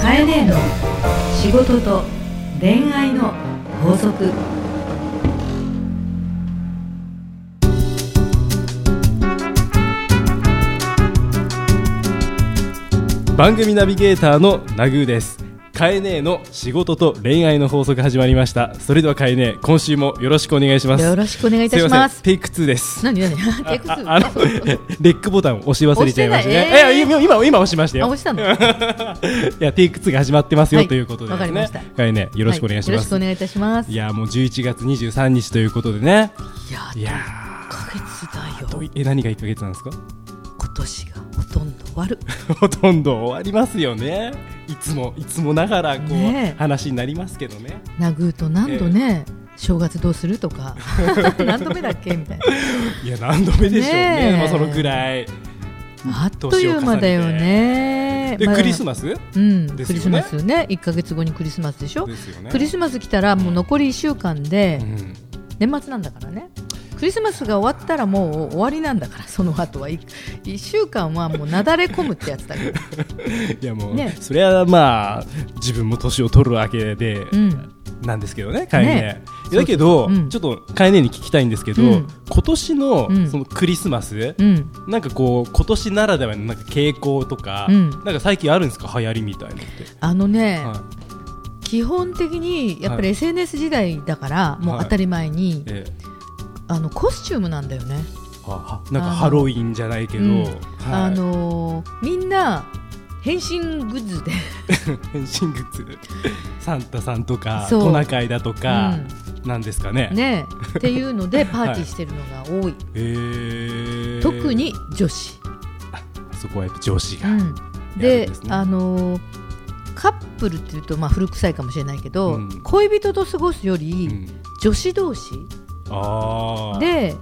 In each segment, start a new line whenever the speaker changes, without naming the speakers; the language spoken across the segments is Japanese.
カエネの仕事と恋愛の法則
番組ナビゲーターのナグーですカエネの仕事と恋愛の法則始まりましたそれではカエネ今週もよろしくお願いします
よろしくお願いいたし
いま
ま
せん
す。
テイク2です
何何テイクツ
あ
ー
あのレックボタンを押し忘れちゃいましたね
押してないえー
いや今今今押しました
あ
よ
押したの。
いやテイク2が始まってますよ、
はい
ということで
わか
です
り
ね
ました
カエネよろしくお願いし
はよろ
ま
しく
す、
お
い
願いいたします。いや
やもう11月23日ということでねい
ー、
や
1ヶ月
ー
だ
ど
よ。
ういえ何が1ヶ月なんですか
今年がほとんど終わる。
ほとんど終わりますよねいつもいつもながらこう、
ねえ
話になりますけどね
なぐーと何度ね、正月どうすると か、何度目だっけみたいな。
いや何度目でしょうね
ねえ
まあそのくらい
あっという間だよね。
で、
まあ
クリスマス
うん、
で
ク
すよね
リスマスね。1ヶ月後にクリスマスでしょ
で。すよね
クリスマス来たらもう残り1週間で
うん
年末なんだからね。クリスマスが終わったらもう終わりなんだから その後は 1, 週間はもうなだれ込むってやつだから
いやもう、
ね
それはまあ自分も年を取るわけで、
うん
なんですけどね、かえね
ね
だけ
そ
ど、
うそううん
ちょっとかえねに聞きたいんですけど、
うん
今年の
うん
そのクリスマス、
うん、
なんかこう今年ならではのなんか傾向とか、
うん
なんか最近あるんですか流行りみたいなのって。
あのね、
は
基本的にやっぱ
はい
り SNS 時代だから、もう当たり前に、
いええ
あのコスチュームなんだよね、
あはなん
あ
か
の
ハロウィンじゃないけど、
うん
はい
あのーみんな変身グッズで、
変身グッズサンタさんとか
そう
トナカイだとか、なんですかね。
ね、っていうのでパーティーしてるのが多い、
えー
特に女子、
そこはやっぱ上司
う
が、
ん、
やる
で
んですね
あのーカップルっていうと、まあ、古臭いかもしれないけど、
うん
恋人と過ごすより、
うん
女子同士
あー
で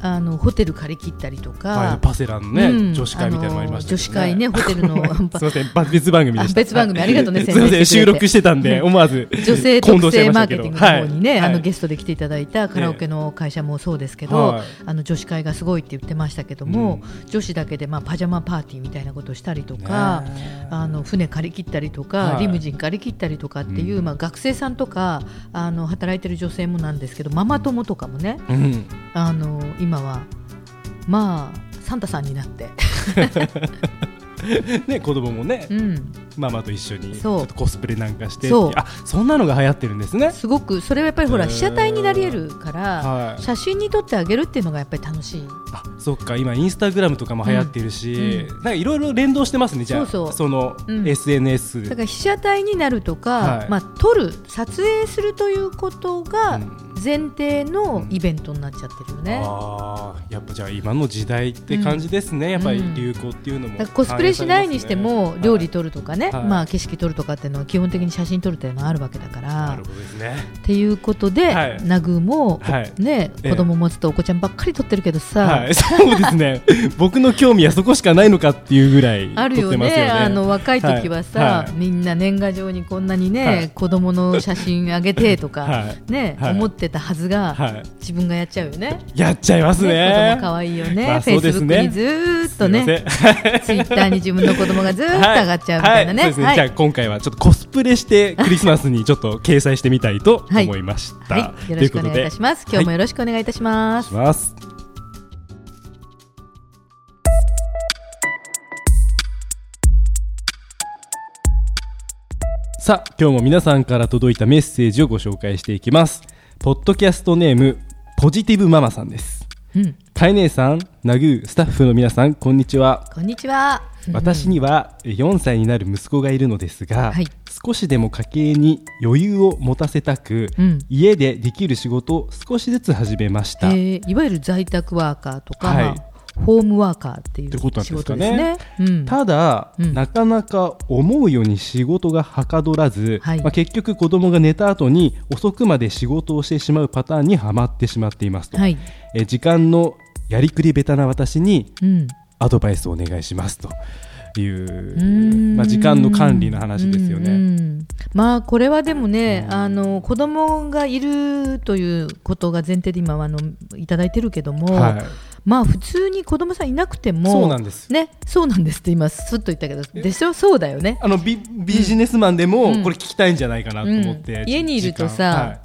あのホテル借り切ったりとか、
はいパセラのね、
うん
女子会みたいなのもありまし
あの女
たけど、
子会ね、ホテルの
すみません、ば別番組でした。
あ別番組ありがとうね
はいす
宣
みま
伝してくれ
せ
て
ん、収録してたんで、思わず。
女性
混同
特
しちゃい
性
まし
マー
たけ
ケティ
ど
ングの方 にね、
はい
あ
は
の
い
ゲストで来ていただいたカラオケの会社もそうですけど、
はい
あの女子会がすごいって言ってましたけども、女子だけでまあパジャマパーティーみたいなことしたりとか、あの船借り切ったりとか、
はい
リムジン借り切ったりとかっていう、
うん
まあ、学生さんとかあの働いてる女性もなんですけどママ友とかもね
うん、
あの今はまあサンタさんになって、
ね、子供もね、
うん、
ママと一緒に、ち
そう
ょっとコスプレなんかしてって
そう
あ、そんなのが流行ってるんですね。
すごくそれはやっぱりほら
へー
被写体になりえるから。
はい。
写真に撮ってあげるっていうのがやっぱり楽しい
あ、そっか、今インスタグラムとかも流行ってるし、
うん
なんかいろいろ連動してますね、じゃあ。
そうそう
の、
うん
S. N. S.
だから被写体になるとか、
はい
まあ、撮る撮影するということ
う
が
ん
前提のイベントになっちゃってるよね、だか
ああ、やっぱじゃあ、今の時代って感じですね、やっぱり流行っていうのも、
らコスプレしないにしても料理
と、
撮るとかね、
はい
まあ、景色撮るとかっていうのは基本的に写真撮るっていうのはあるわけだから、
はいなるほどですね。
っていうことで、
はい
ナグーも、
はい
ね、
ええ
子供持つとお子ちゃんばっかり撮ってるけどさ、
はい、そうで すね。僕の興味はそこしかないのかっていうぐらい。
あるよ
撮って
ね
ますよね。
あの若い時はさ、
はいはい
みんな年賀状にこんなにね、
はい
子供の写真あげてとか、
はい
ね
はい
思ってたはずが、
は
自分がやっちゃうよね。
い。やっちゃいます
ね
ね。
子供可愛いよね、
まあ
フ
そ
ェ
う
イ
で
ス
す
ブック
ね
にずーっと
すい
ね、
ません
ツイッターに自分の子供がずーっと上がっちゃうみたいなね。
はいそうですね
はい
じゃあ今回はちょっとコスプレしてクリスマスにちょっと掲載してみたいと思いました。
はい、よろしくお願いいたします。今日も
よ
よろしくお願いいたしま
ろ
す。
しくお願いします。さあ今日も皆さんから届いたメッセージをご紹介していきますポッドキャストネームポジティブママさんです
うん、
かえねえさん、なぐー、スタッフの皆さん、こんにちは。
こんにちは。
私にはえ4歳になる息子がいるのですが、
はい
少しでも家計に余裕を持たせたく、
うん
家でできる仕事を少しずつ始めまし
え
た。
ーいわゆる在宅ワーカーとか、
はい
まあホームワーカーってい
ってこと
う
なん
仕
です
事
か
で
ね
すね。うん
ただ、
うん
なかなか思うように仕事がはかどらず、
はい
まあ、結局子供が寝た後に遅くまで仕事をしてしまうパターンにはまってしまっていますと、
はい、
え時間のやりくりベタな私に
うん、
アドバイスをお願いしますという
うーん
まあ、時間の管理の話ですよね。
うんうんまあこれはでもね、あの子供がいるということが前提で今はあのいただいてるけども、
はい
まあ普通に子供さんいなくても
そうなんです
ね、そうなんですって今すっと言ったけどでしょそうだよね、
あのビビジネスマンで
う
も
ん
これ聞きたいんじゃないかなと思って、
うん家にいるとさ
時間はい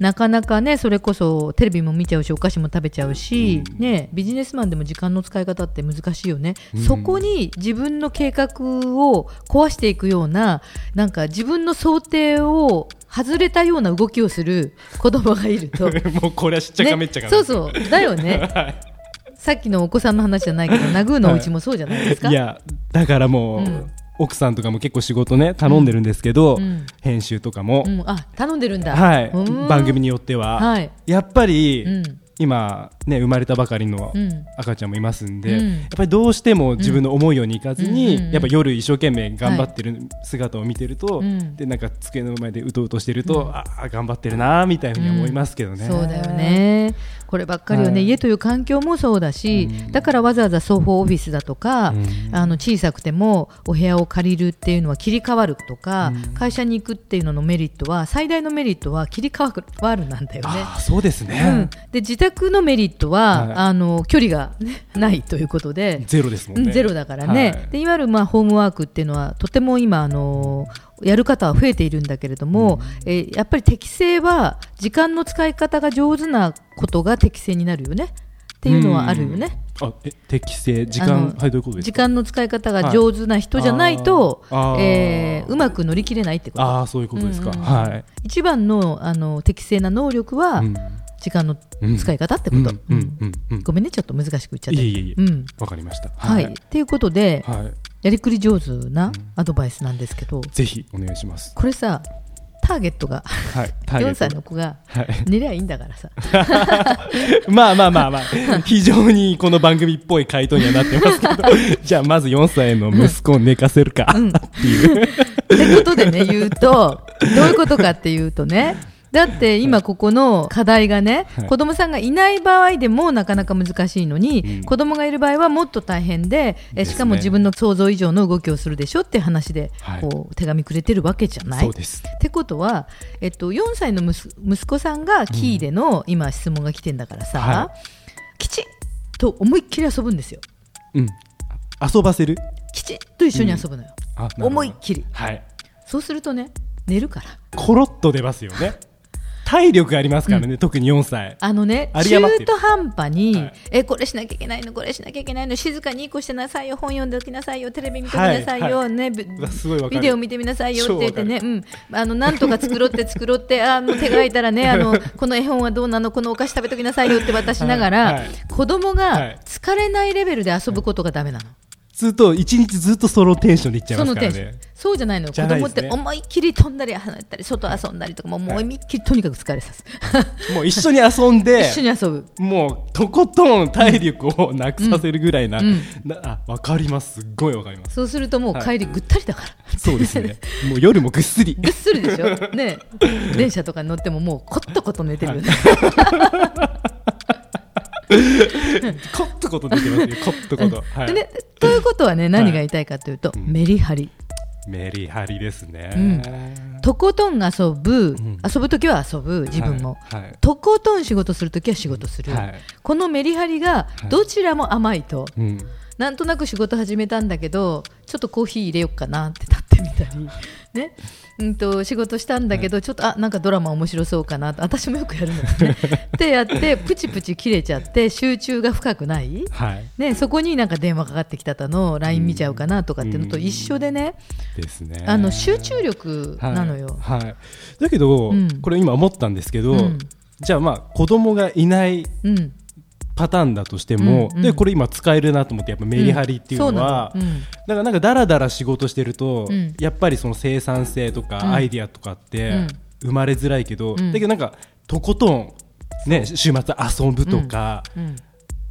なかなかねそれこそテレビも見ちゃうしお菓子も食べちゃうし、ね、ビジネスマンでも時間の使い方って難しいよね、
うん
そこに自分の計画を壊していくようななんか自分の想定を外れたような動きをする 子供がいると
もうこれはしっちゃかめっちゃか
ね、
な
そうそうだよ ねさっきのお子さんの話じゃないけどナグーのお家もそうじゃないですか、
いやだからもう、
うん
奥さんとかも結構仕事ね頼んでるんですけど、
うん
編集とかも、
うん、あ頼んでるんだ
はい、
うん
番組によっては、
はい
やっぱり、
うん
今ね生まれたばかりの
うん
赤ちゃんもいますんで、
うん
やっぱりどうしても自分の思うようにいかず
うん
に、
うんうん
やっぱ夜一生懸命頑張ってる姿を見てると、
うん
でなんか机の前でうとうとしてると、ああ頑張ってるなーみたいに思いますけどね、
そうだよねこればっかりよね、
はい
家という環境もそうだし、
うん
だからわざわざ双方オフィスだとか、
うん
あの小さくてもお部屋を借りるっていうのは切り替わるとか、
うん
会社に行くっていうののメリットは最大のメリットは切り替わるなんだよね
あ。あそうです
う
ね
ん、、で自宅のメリットは、
はい
あの距離がね、ないということで、
ゼロですも
うん
ね、
ん、ゼロだからね、
はい
でいわゆるまあホームワークっていうのはとても今、あのやる方は増えているんだけれども、えーやっぱり適正は時間の使い方が上手なことが適正になるよねっていうのはあるよね。
うん。あ、え、適正、時
あ
間
の、
はい、どういうことです
時
か。
間の使い方が上手な人じゃないと、
あー
えーうまく乗り切れないってこ
あ
と
あ、そういうことですか。
うんうん
はい。
一番のあの適正な能力は
うん
時間の使い方ってこ
うん、
と、
うん、うん、うん。
ごめんねちょっと難しく言っちゃっ
い
て
えいえいえ。
うん
わかりました。
はい、っていうことで、
はい。
やりくり上手なアドバイスなんですけど、
ぜひお願いします。
これさターゲットが
はい。ターゲ
4
ット
歳の。子が
はい。
寝りゃいいんだからさ
まあまあまあまあ、非常にこの番組っぽい回答にはなってますけど、 じゃあまず4歳の息子を寝かせるかっていう。
ってことでね言うとどういうことかっていうとねだって今ここの課題がね、
はい
子供さんがいない場合でもなかなか難しいのに、
うん
子供がいる場合はもっと大変で
で
え
すね
しかも自分の想像以上の動きをするでしょって話で、
はい
こう手紙くれてるわけじゃない
そうです。
ってことは、えっと、4歳の息息子さんがキーでの、今質問が来てんだからさ、
は
きちっと思いっきり遊ぶんですよ
うん。あ遊ばせる
きちっと一緒に遊ぶのよ、
あなるほど
思いっきり
はい。
そうするとね寝るから
コロッと出ますよね。体力ありますからね、特に4歳。
あのね
有り
中
余ってる
途半端に、
はい
えこれしなきゃいけないのこれしなきゃいけないの静かに一個してなさいよ本読んでおきなさいよテレビ見てみなさいよ、
はいはい
ねぶ
うわ すごいわかる
ビデオ見てみなさいよって言ってね、
超
うん、あのなんとか作ろうって作ろうってあーもう手が空いたらねあのこの絵本はどうなのこのお菓子食べときなさいよって渡しながら、
はいはい
子供
は
が
い
疲れないレベルで遊ぶことがダメなの。
ずっと一日ずっとそのテンションでいっちゃい
そ
ま
の
すか
テ
ら
ンショ
ね
ン。そうじゃないのよ
じゃ
子
ない
供
で
っ
すね
て思いっきり飛んだり離れたり外遊んだりとかもう思いっきりとにかく疲れさす、
もう一緒に遊ん で
一緒に遊ぶ
もうとことん体力をなくさせるぐらいな,、
ん
なあわかりますすっごいわかり ます
そうするともう帰りぐったりだから、
そうですねもう夜もぐっすり
ぐっすりでしょ、ねえ、電車とかに乗ってももうコットコト寝てるよね、
コッとこと出てますよコッとこと、は
で
い、
ねということはね何が言いたいかというと、メリハリ
メリハリですね、
とことん遊ぶ、
ん
遊ぶ時は遊ぶ自分も、
はいはい
とことん仕事する時は仕事する、
はい
このメリハリがどちらも甘いと、
うん、
なんとなく仕事始めたんだけどちょっとコーヒー入れよっかなって立ってみた り、ねうん、と仕事したんだけどちょっとあなんかドラマ面白そうかなと私もよくやるの よね。ってやってプチプチ切れちゃって集中が深くない、
はい
ね、そこになんか電話かかってきたとの LINE 見ちゃうかなとかっていうのと一緒でね
ですね
あの集中力なのよ。
はい、はいだけど、
うん
これ今思ったんですけど、
うん
じゃあまあ子供がいない
うん
パターンだとしても、
うんうん
でこれ今使えるなと思ってやっぱメリハリっていうのは、
うんそうなのうん
だからなんかだらだら仕事してると、
うん
やっぱりその生産性とかアイディアとかって
うん
生まれづらいけど、
ん
だけどなんかとことん、ね、週末遊ぶとか、
うん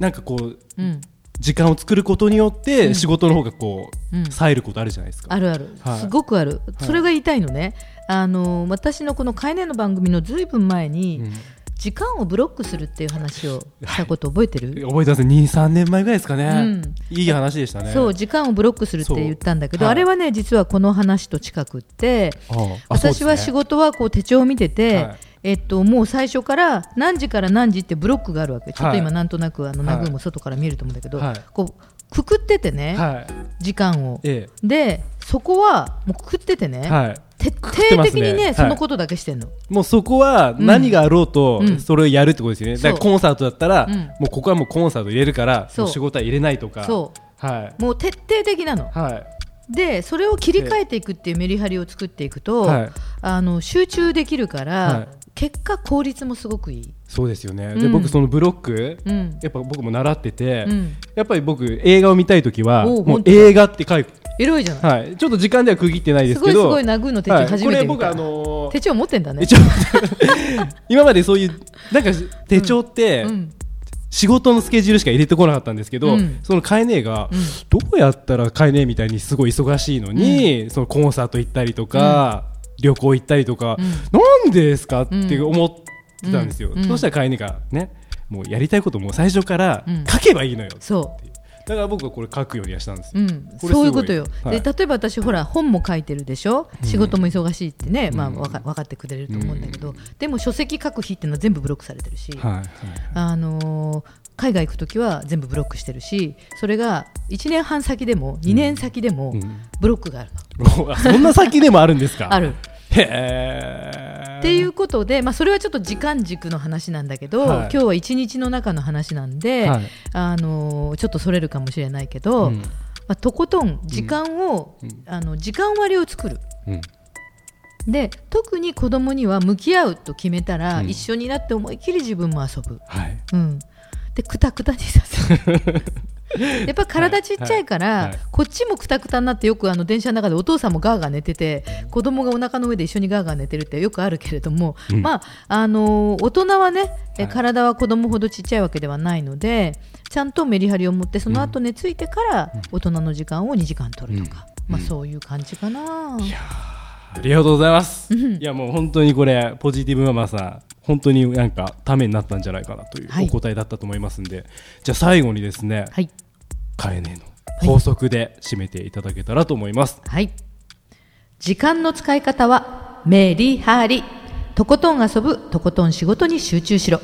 なんかこう
うん
時間を作ることによって仕事の方がこう、
うん
冴えることあるじゃないですか。
あるある、
はい
すごくある、それが言いたいのね、あの私のこの「かいねの番組のずいぶん前に、
うん
時間をブロックするっていう話をしたこと覚えて る、
覚えてます23年前ぐらいですかね、
うん
いい話でしたね。
そう時間をブロックするって言ったんだけど、
そうはい
あれはね実はこの話と近くって
あああそうで
私
すね
は仕事はこう手帳を見てて、
はい
えっと、もう最初から何時から何時ってブロックがあるわけ、ちょっと
は
今
い
なんとなくあの
はい
ナグーも外から見えると思うんだけど、
はい
こうくくっててね、
はい
時間を
え
でそこはもうくくってて
え
ね、
はい
徹
て
底
ま
的
すね
にね
はい
そのことだけしてんの、
もうそこは何があろうと
うん
それをやるってことですよね、
そう
だからコンサートだったら、
うん
もうここはもうコンサート入れるから
そう
もう仕事は入れないとか
そう
はい
もう徹底的なの
はい
でそれを切り替えていくっていうメリハリを作っていくと、
はい
あの集中できるから、
はい
結果効率もすごくいい、
そうですよね、
ん
で僕そのブロック、
うん
やっぱ僕も習ってて、
うん
やっぱり僕映画を見たいときは
おう
もう
本当
映画って書いて、
エロいじゃない、
はい、ちょっと時間では区切ってないですす
ご
け
いす
ど
ごいナグーの手帳初めて見た、
はい、これ僕あのー
手帳持ってんだね
一応 今までそういうなんか手帳って、
うん
仕事のスケジュールしか入れてこなかったんですけど、
うん
そのカエネが、どうやったらカエネみたいにすごい忙しいのに、そのコンサート行ったりとか、旅行行ったりとか、なんでですかって思ってたんですよ、
うんうん
そうしたらカエネがねもうやりたいこともう最初から
うん
書けばいいのよ、
そ
だから僕はこれ書くようにはしたんです
う、
よ、
うん、
これすごい
そういうことよ、
はい
で例えば私ほら本も書いてるでしょ仕事も忙しいってね、まあ、わか分かってくれると思うんだけど、でも書籍書く日っていうのは全部ブロックされてるし、
はいはい
あのー海外行く時は全部ブロックしてるしそれが1年半先でも2年先でも
うん
ブロックがあるの、
あそんな先でもあるんですか
ある
へえ
っていうことで、まあ、それはちょっと時間軸の話なんだけど、
はい
今日は一日の中の話なんで、
はい
あのーちょっとそれるかもしれないけど、
うん
まあ、とことん時間を、
うん
あの時間割を作る。
うん
で特に子供には向き合うと決めたら、
うん
一緒になって思いっきり自分も遊ぶ、
はい
うん、でくたくたにさせる やっぱ体ちっちゃいから、
はいはい
こっちもくたくたになってよくあの電車の中でお父さんもガーガー寝てて子供がお腹の上で一緒にガーガー寝てるってよくあるけれども、
うん
まああのー大人はね、え
はい
体は子供ほどちっちゃいわけではないのでちゃんとメリハリを持ってその後寝ついてから大人の時間を2時間取るとか、まあ、そういう感じかな。
ありがとうございます。いやもう本当にこれポジティブママさん本当になんかためになったんじゃないかなという
はい
お答えだったと思いますんで、じゃあ最後にですね、
はい
カエネの法則で締めていただけたらと思います。
はい。時間の使い方は、メリハリ。とことん遊ぶ、とことん仕事に集中しろ。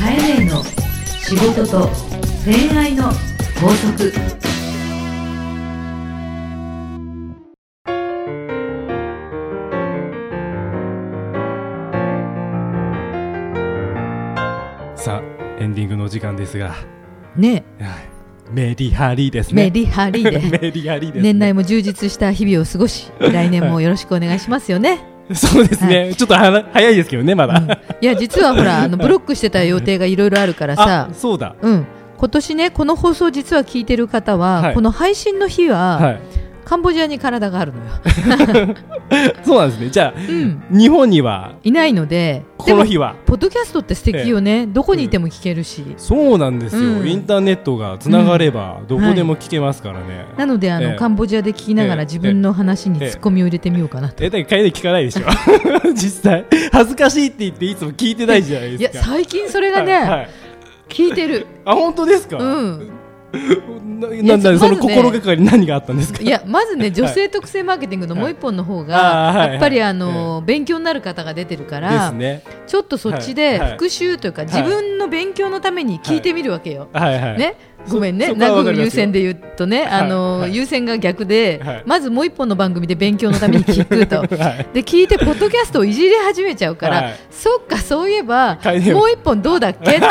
カエネの仕事と恋愛の法則
さあエンディングのお時間ですが、は
ね
いメリハリです
え、
ね。
メリハ リで。
メリハリです、ね。
年内も充実した日々を過ごし、来年もよろしくお願いしますよね。
そうですね。ちょっとはな早いですけどねまだ。
いや、実はほら、あの、ブロックしてた予定がいろいろあるからさ
あ、そうだ。
うん。今年ね、この放送実は聞いてる方は、
はい
この配信の日は、
はい。
カンボジアに体があるのよ。
そうなんですね。じゃあ、
うん。
日本にはい
ないので、
こ
でも
の、日は。
ポッドキャストって素敵よね。どこにいても聞けるし。
そうなんですよ、
うん
インターネットがつながればどこでも聞けますからね、
なのであの、
ええ
カンボジアで聞きながら
ええ
自分の話にツッコミを入れてみようかなと。
えだから帰り聞かないでしょ 実際恥ずかしいって言っていつも聞いてないじゃない
い
で
や
すか
最近それがね、
はいはい
聞いて る。
あ本当ですか、
うん。
ななん
いや
だ、
まず
そ
ね
の心がかり何があったんですか
いやまず ね女性特性マーケティングのもう一本の方
あーは
が
い
やっぱりあの勉強になる方が出てるか
です
ら、
ね
ちょっとそっち
はい
で
はい
復習というか
い
自分の勉強のために聞いてみるわけよ。
はいはい、
ね。ごめんね、
そこ は
ナ
わ
グ
かり
ー
ま
優
すよ
先で言うとね、
はい
あの
はい
優先が逆で、
はい
まずもう一本の番組で勉強のために聞くと、
はい
で聞いてポッドキャストをいじり始めちゃうから、
はい
そっかそういえば
変えてよ
もう一本どうだっけ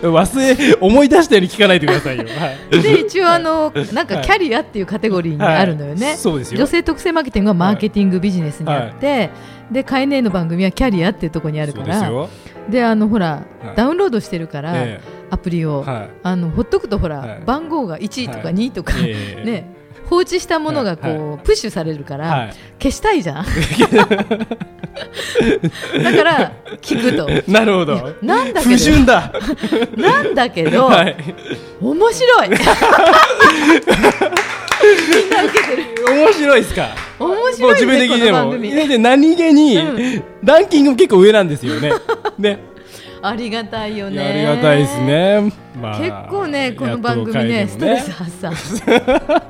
と
忘れ思い出したように聞かないでくださいよ、はい、
で一応あのなん
は
か
い
キャリアっていうカテゴリーにあるのよね、
はいそうですよ
女性特性マーケティングはマーケティングビジネスにあって、でカエネの番組はキャリアっていうところにある
そ
か
うです
ら
よ、
であのほら、
はい
ダウンロードしてるから、
え
アプリを、
はい
あのほっとくとほら、
はい
番号が1とか
はい
2とか、
ええ
ね放置したものがこう、プッシュされるから、
はい
消したいじ ゃんだから聞くと
えなるほど
なんだ
不
け
純だ
ど、なんだけど、
はい
面白い。みんな受けてる。
面白いですか
面
もう
白
自
い
分
ね
的
こ
に
の
で
番
も、
組。
で何気に、
う
ランキングも結構上なんです よね。ね、
ありがたいよ
い
ね。
やありがたいです。ね。まあ
結構ねこの番組ね
やっ
ス
と
ト
帰りも
レス発散。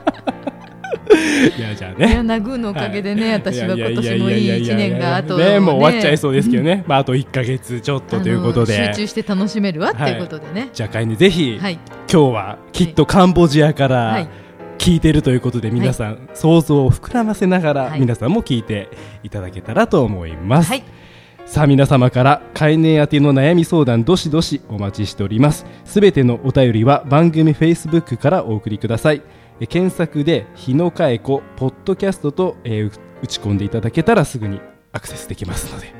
いやじゃあ
いや
ね
ナグーのおかげでね、私は今年もいい一年があと、
ねもう終わっちゃいそうですけどね、まあ、あと1か月ちょっとというこ
あ
と
の
で
集中して楽しめるわっていうことでね、
じゃあ会にぜひ、
はい
今日はきっとカンボジアか
は
ら
い
聞いてるということで、皆さん、想像を膨らませながら、
はい
皆さんも聞いていただけたらと思います、
はい
さあ皆様から会年宛ての悩み相談どしどしお待ちしておりますすべてのお便りは番組 Facebook からお送りくださいえ検索で「日野かえこポッドキャストと」えーう打ち込んでいただけたらすぐにアクセスできますので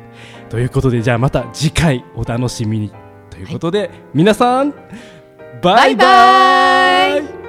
ということでじゃあまた次回お楽しみにということで、皆さんバイバイ
バイバイ